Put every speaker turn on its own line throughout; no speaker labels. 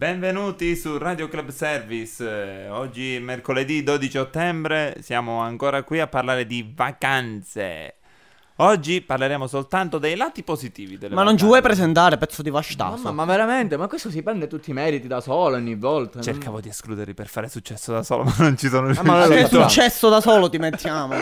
Benvenuti su Radio Club Service. Eh, Oggi mercoledì 12 ottobre siamo ancora qui a parlare di vacanze. Oggi parleremo soltanto dei lati positivi delle
Ma non ci
vacanze.
vuoi presentare, pezzo di vastasso?
Mamma, ma veramente? Ma questo si prende tutti i meriti da solo ogni volta. non-
Cercavo di escluderli per fare successo da solo, ma non ci sono riuscito.
ma
Che è
Allora, facciamo.
successo da solo ti mettiamo.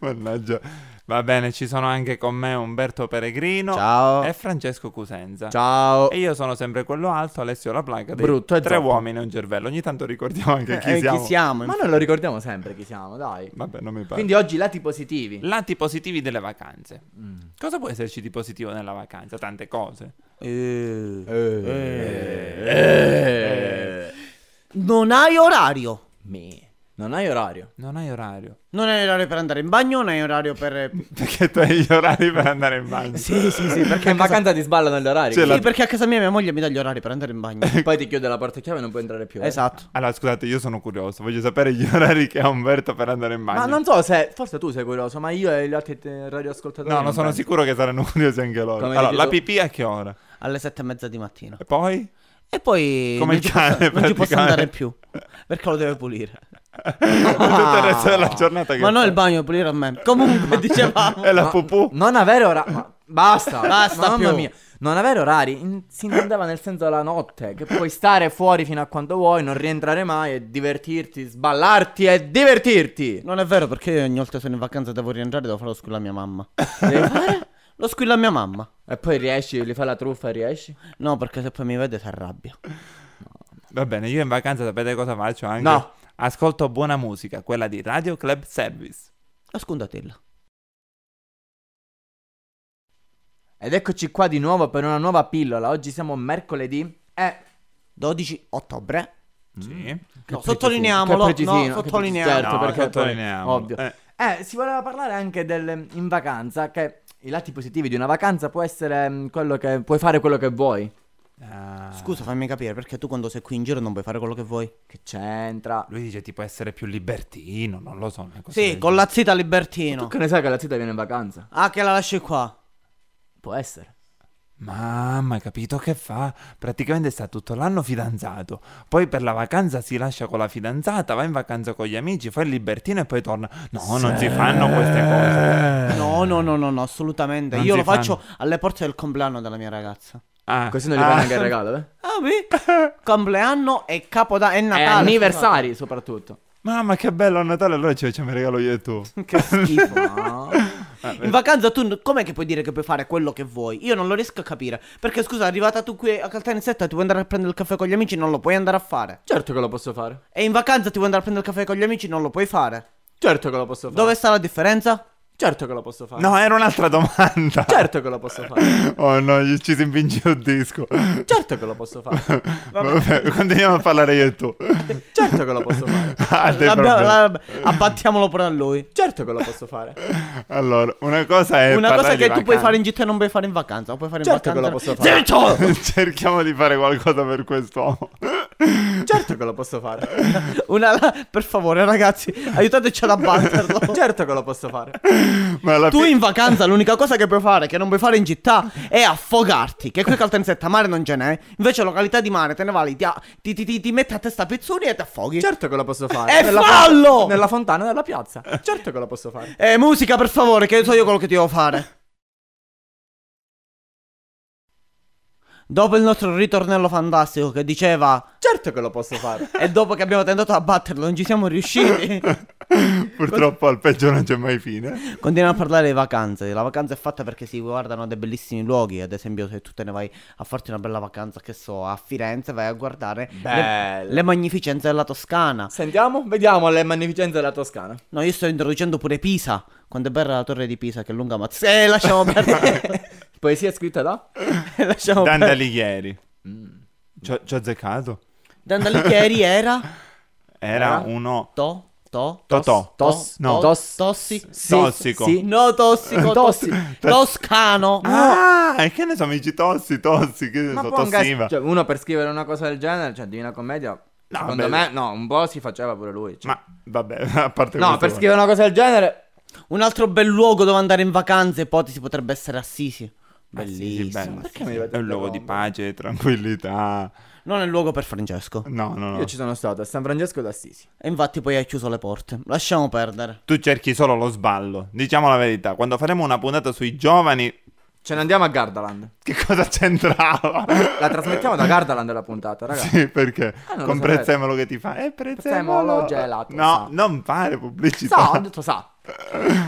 Mannaggia. Va bene, ci sono anche con me Umberto Peregrino
Ciao.
e Francesco Cusenza.
Ciao.
Eh,
E io sono sempre quello alto, Alessio La Planca. dei
Brutto e
tre
zoppo.
uomini e un cervello. Ogni tanto ricordiamo anche chi
Eh,
siamo.
Chi siamo?
Ma noi lo ricordiamo sempre chi siamo, dai.
Vabbè, non mi pare.
Quindi oggi lati positivi.
Lati positivi delle vacanze.
Mm.
Cosa può esserci di positivo nella vacanza? Tante cose.
Eh.
Eh.
Non hai orario.
Me. Non hai orario.
Non hai orario.
Non hai orario per andare in bagno, non hai orario per...
Perché tu hai gli orari per andare in bagno.
Sì, sì, sì, perché
Perché
a
in
casa...
vacanza ti sballano gli orari.
Sì,
Sì,
la-
perché a casa mia mia moglie mi dà gli orari per andare in bagno.
Poi ti chiude la porta chiave e non puoi entrare più. eh.
esatto.
Allora, scusate, io sono curioso. Voglio sapere gli orari che ha Umberto per andare in bagno.
Ma non so se. Forse tu sei curioso, ma io e gli altri eh, radioascoltatori.
No, non sono
penso.
sicuro che saranno curiosi anche loro.
Come
allora,
dici
la
tu.
pipì a che ora?
Alle sette e mezza di mattina.
E poi?
E poi...
Come
non
il
ci posso-
cane,
Non ci posso
praticamente.
andare più. Perché lo deve pulire.
Tutto il resto della giornata che
Ma no,
fai?
il bagno è pulire a me. Comunque, dicevamo...
E la
No,
pupù?
Non avere orari. ma Basta,
Basta
Mamma
più.
mia. Non avere orari in- si intendeva nel senso la notte, che puoi stare fuori fino a quando vuoi, non rientrare mai e divertirti, sballarti e divertirti.
Non è vero, perché io ogni volta che sono in vacanza e devo rientrare, devo fare lo squillo a mia mamma.
Devi
Eh.
fare?
Lo squillo a mia mamma.
E poi riesci, gli fai la truffa e riesci?
No, perché se poi mi vede si arrabbia.
Va bene, io in vacanza sapete cosa faccio anche?
No.
Ascolto buona musica, quella di Radio Club Service.
Ascoltatela.
Ed eccoci qua di nuovo per una nuova pillola. Oggi siamo mercoledì Eh, e
12 ottobre.
Sì.
No,
che
sottolineiamolo.
precisino,
no,
che
sottolineiamolo.
certo,
No,
perché poi-
sottolineiamolo.
ovvio.
Eh.
Eh, si voleva parlare anche del in vacanza che i lati positivi di una vacanza può essere mm, quello che puoi fare quello che vuoi.
Ah.
Scusa, fammi capire, perché tu quando sei qui in giro non puoi fare quello che vuoi?
Che c'entra?
Lui dice tipo essere più libertino, non lo so. una cosa
Sì,
del
con la zita Libertino.
Tu che ne sai che la zita viene in vacanza?
Ah, che la lasci qua.
Può essere.
Mamma, hai capito che fa? Praticamente sta tutto l'anno fidanzato. Poi per la vacanza si lascia con la fidanzata, va in vacanza con gli amici, fa il libertino e poi torna. No, non si fanno queste cose.
No, no, no, no, no, assolutamente.
Eh. Non
Io
si
lo faccio
fanno.
alle porte del compleanno della mia ragazza.
Ah,
Così non gli
ah,
fai neanche il regalo, eh?
Ah, beh. compleanno e capodanno e
E
Natale.
anniversari soprattutto.
Mamma, che bello a Natale, allora ci facciamo il regalo io e tu.
Che schifo.
No.
In vacanza tu com'è che puoi dire che puoi fare quello che vuoi? Io non lo riesco a capire. Perché scusa, arrivata tu qui a Caltanissetta, ti vuoi andare a prendere il caffè con gli amici, non lo puoi andare a fare.
Certo che lo posso fare.
E in vacanza ti vuoi andare a prendere il caffè con gli amici, non lo puoi fare.
Certo che lo posso fare.
Dove sta la differenza?
Certo che lo posso fare.
No, era un'altra domanda.
Certo che lo posso fare.
Oh no, gli- ci si impinge un disco.
Certo che lo posso fare.
Vabbè, continuiamo a parlare io e tu.
Certo che lo posso fare.
Ah, dei
L'abbia-
problemi.
la- abbattiamolo pure a lui.
Certo che lo posso fare.
Allora, una cosa è
Una cosa
parlare
che
di
tu puoi
vacanze.
fare in gita e non puoi fare in vacanza. o puoi fare in
Certo che lo
vacanza.
posso fare.
Zitto!
Cerchiamo di fare qualcosa per quest'uomo.
Certo che lo posso fare.
Una la- per favore, ragazzi, aiutateci ad abbatterlo.
Certo che lo posso fare.
Ma alla
Tu in vacanza l'unica cosa che puoi fare, che non puoi fare in città, è affogarti. Che qui a Caltanissetta mare non ce n'è. Invece località di mare te ne vai, ti, ti, ti, ti, ti metti a testa pezzoni e ti affoghi.
Certo che lo posso fare.
E fallo!
nella fontana della piazza. Certo che lo posso fare.
Eh, musica per favore, che so io quello che ti devo fare. Dopo il nostro ritornello fantastico che diceva...
Certo che lo posso fare.
E dopo che abbiamo tentato a batterlo non ci siamo riusciti.
Purtroppo al peggio non c'è mai fine.
Continuiamo a parlare di vacanze. La vacanza è fatta perché si guardano dei bellissimi luoghi. Ad esempio, se tu te ne vai a farti una bella vacanza, che so, a Firenze, vai a guardare le,
Bello.
le magnificenze della Toscana.
Sentiamo, vediamo le magnificenze della Toscana.
No, io sto introducendo pure Pisa. Quando è bella la torre di Pisa, che è lunga, ma. Eh, lasciamo perdere.
Poesia scritta da?
lasciamo perdere.
Dandalighieri. Ci ho ci ho azzeccato.
Dandalighieri era.
Era
Era?
uno
To. To.
Totò.
Tos-
no.
to-
Tos-
Tossi.
Sì,
Tossico.
sì.
No, tossico. Tossi. Toscano.
Ah, e che ne so, amici tossi, tossi, che ne
Ma
so,
può anche-
tossiva.
cioè, uno per scrivere una cosa del genere, cioè Divina Commedia, secondo
vabbè.
me, no, un po' si faceva pure lui. cioè.
Ma vabbè, a parte
no, per
questo.
scrivere una cosa del genere,
Un altro bel luogo dove andare in vacanza, ipotesi, potrebbe essere Assisi.
Ah, sì, sì,
Bellissimo.
bello,
Perché
sì,
mi
sì.
dovete
È un luogo di pace, tranquillità.
non è il luogo per Francesco.
No, no, no.
Io ci sono stato a San Francesco d'Assisi.
E infatti poi ha chiuso le porte. Lasciamo perdere.
Tu cerchi solo lo sballo. Diciamo la verità, quando faremo una puntata sui giovani,
Ce ne andiamo a Gardaland.
che cosa c'entrava?
La trasmettiamo da Gardaland la puntata, raga.
Sì, perché?
Ah, non lo
Con
sapevo.
prezzemolo che ti fa? Eh, prezzemolo
Prezzemolo gelato,
No,
sa.
non fare
Sa,
pubblicità.
ho detto sa.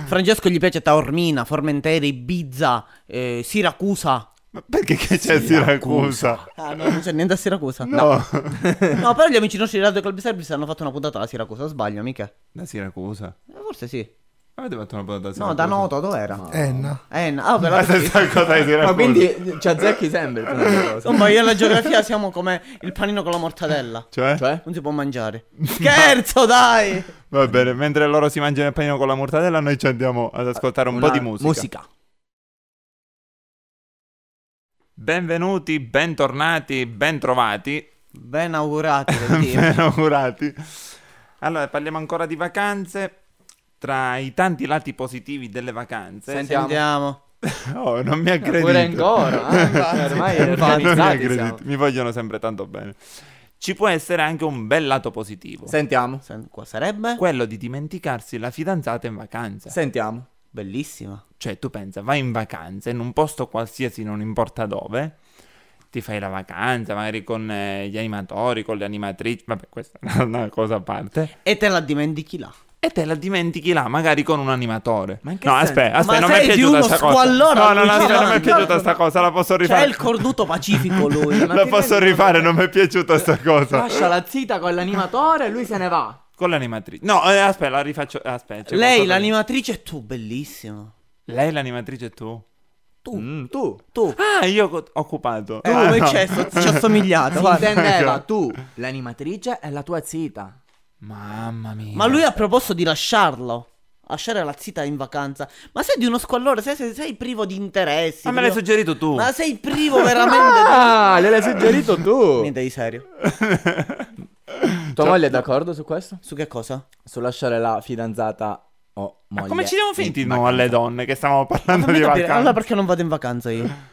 Francesco gli piace Taormina, Formentera, Ibiza, eh, Siracusa.
Ma perché che c'è Siracusa?
Ah, no, non c'è niente a Siracusa.
No.
No, però gli amici nostri di Radio Club Service hanno fatto una puntata alla Siracusa, sbaglio, mica?
Da Siracusa?
Eh, Forse sì.
Avete fatto una puntata da Siracusa?
No, da Noto, dov'era?
Enna.
Eh, no. Ah,
La
però sì.
stessa cosa di Siracusa.
Ma quindi ci azzecchi sempre. per una cosa.
Esatto.
Insomma, io e la geografia siamo come il panino con la mortadella.
Cioè?
Cioè?
Non si può mangiare. Scherzo, dai!
Va bene, mentre loro si mangiano il panino con la mortadella, noi ci andiamo ad ascoltare un
Una
po' di musica.
Musica.
Benvenuti, bentornati, bentrovati.
Ben augurati, per dire.
Ben augurati. Allora, parliamo ancora di vacanze. Tra i tanti lati positivi delle vacanze,
Senti-
Sentiamo.
oh, non mi aggredite.
Eh, Pure ancora. eh, infatti, Ormai
Infatti, non mi
organizzati
aggredite.
siamo.
Mi vogliono sempre tanto bene. Ci può essere anche un bel lato positivo,
Sentiamo.
Sen- Qua sarebbe?
quello di dimenticarsi la fidanzata in vacanza.
Sentiamo.
Bellissima.
Cioè, tu pensa, vai in vacanza in un posto qualsiasi, non importa dove, ti fai la vacanza, magari con eh, gli animatori, con le animatrici, vabbè, questa è una- una cosa a parte,
E te la dimentichi là.
e te la dimentichi là, magari con un animatore.
Ma in che
no,
senso?
aspetta, aspetta,
Ma
non mi è
sei di
piaciuta
uno
sta cosa.
squallore
No, no, no,
allucinante.
aspetta, non mi è piaciuta sta cosa, la posso
C'è
rifare.
il cornuto pacifico lui.
Ma
la
ti
posso
rendi
rifare,
conto?
non mi è piaciuta sta cosa.
Lascia la zita con l'animatore e lui se ne va.
Con l'animatrice. No, eh, aspetta, la rifaccio, aspetta. c'è
Lei,
qualcosa-
l'animatrice, e tu, bellissimo.
Lei l'animatrice e tu? Uh.
Tu,
Mm, tu.
tu.
Ah, io co- occupato.
Tu,
Ah,
e
no. ecco.
c'è, sto- ci ho somigliato.
Si
guarda.
intendeva tu, l'animatrice e la tua zita.
Mamma mia.
Ma lui ha proposto di lasciarlo. Lasciare la zita in vacanza. Ma sei di uno squallore, sei, sei, sei privo di interessi.
Ma Ah, me l'hai
privo-
suggerito tu.
Ma sei privo veramente.
Ah, gliel'hai suggerito
di-
tu.
Niente di serio.
Tua moglie è d'accordo su questo?
Su che cosa?
Su lasciare la fidanzata o moglie? Eh,
Ma come ci siamo finiti
in
noi alle donne che stavamo parlando
Fammi
di
capire,
vacanze?
Allora perché non vado in vacanza io?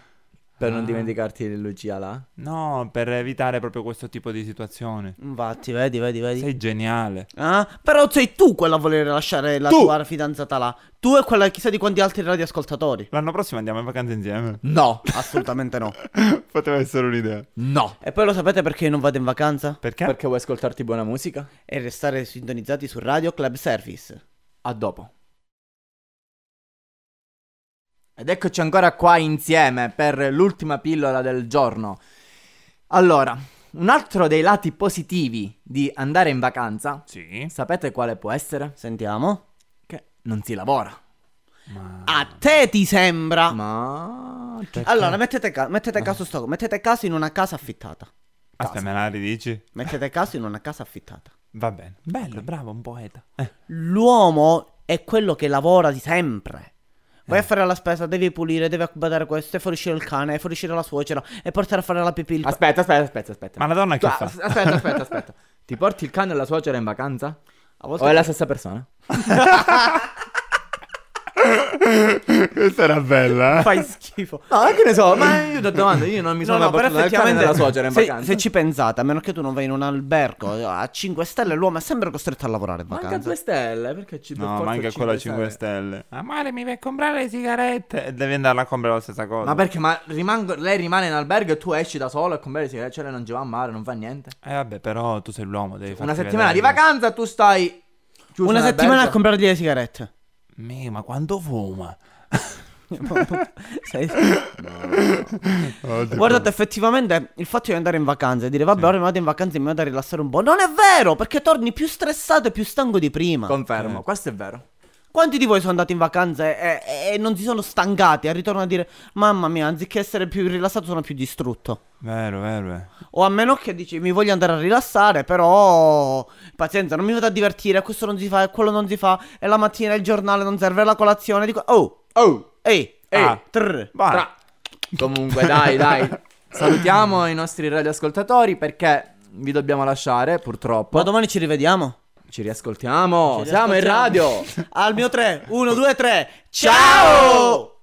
Per non dimenticarti di Lucia là?
No, per evitare proprio questo tipo di situazione.
Infatti, vedi, vedi, vedi.
Sei geniale.
Ah, però sei tu quella a voler lasciare la
Tu!
tua fidanzata là. Tu e quella chissà di quanti altri radioascoltatori.
L'anno prossimo andiamo in vacanza insieme.
No,
Assolutamente no.
Poteva essere un'idea.
no.
E poi lo sapete perché io non vado in vacanza?
Perché?
Perché vuoi ascoltarti buona musica?
E restare sintonizzati su Radio Club Service.
A dopo. Ed eccoci ancora qua insieme per l'ultima pillola del giorno. Allora, un altro dei lati positivi di andare in vacanza,
Sì.
sapete quale può essere?
Sentiamo.
Che non si lavora.
Ma...
Ah,
A te ti sembra?
Ma...
Allora, mettete, ca- mettete caso sto, mettete caso in una casa affittata.
Aspetta, me la ridici?
Mettete caso in una casa affittata.
Va bene. Bello, bravo, un poeta. Eh.
L'uomo è quello che lavora di sempre.
Eh.
Vai a fare la spesa, devi pulire, devi accomodare questo, e fuoriuscire il cane, e fuoriuscire la suocera, e portare a fare la pipì il pa-
Aspetta, aspetta, aspetta, aspetta.
Ma la donna che
Ah,
fa?
as- Aspetta, aspetta, aspetta. Ti porti il cane e la suocera in vacanza?
A volte-
O è la stessa persona?
Questa era bella, eh?
Fai schifo.
No, eh, che ne so, ma io ti domanda, io non mi sono
No, no, però
portato il cane
effettivamente
della suocera in
se,
vacanza.
se ci pensate, a meno che tu non vai in un albergo a 5 stelle, l'uomo è sempre costretto a lavorare in
Manca
vacanza.
due stelle, perché ci per
No,
forza
manca
cinque
quella 5 stelle. Amare, mi vai a comprare le sigarette. E devi andare a comprare la stessa cosa.
Ma perché? Ma rimango- lei rimane in albergo e tu esci da solo e con le sigarette, cioè lei non ci va a mare, non fa niente.
Eh vabbè, però tu sei l'uomo, devi fare
Una settimana di vacanza tu stai chiuso
Una
in
settimana a
albergo.
comprargli le sigarette.
Mì, ma quanto fuma?
Sei-
Oddio.
Guardate, effettivamente il fatto di andare in vacanza e dire vabbè, ora mi vado in vacanza e mi vado a rilassare un po'. Non è vero, perché torni più stressato e più stanco di prima.
Confermo, questo è vero.
Quanti di voi sono andati in vacanza e, e- e non si sono stancati e ritorno a dire mamma mia, anziché essere più rilassato sono più distrutto?
Vero, vero. eh.
O a meno che dici mi voglio andare a rilassare, però pazienza, non mi vado a divertire, questo non si fa, e quello non si fa, e la mattina il giornale non serve, la colazione, dico oh,
Oh,
ehi, ehi,
Ah.
trr.
Vai.
tra- Comunque, dai, dai. Salutiamo i nostri radioascoltatori perché vi dobbiamo lasciare, purtroppo.
Ma domani ci rivediamo.
Ci riascoltiamo.
Ci
Siamo in
riascoltiamo.
radio.
Al mio 3, 1, 2, 3. Ciao!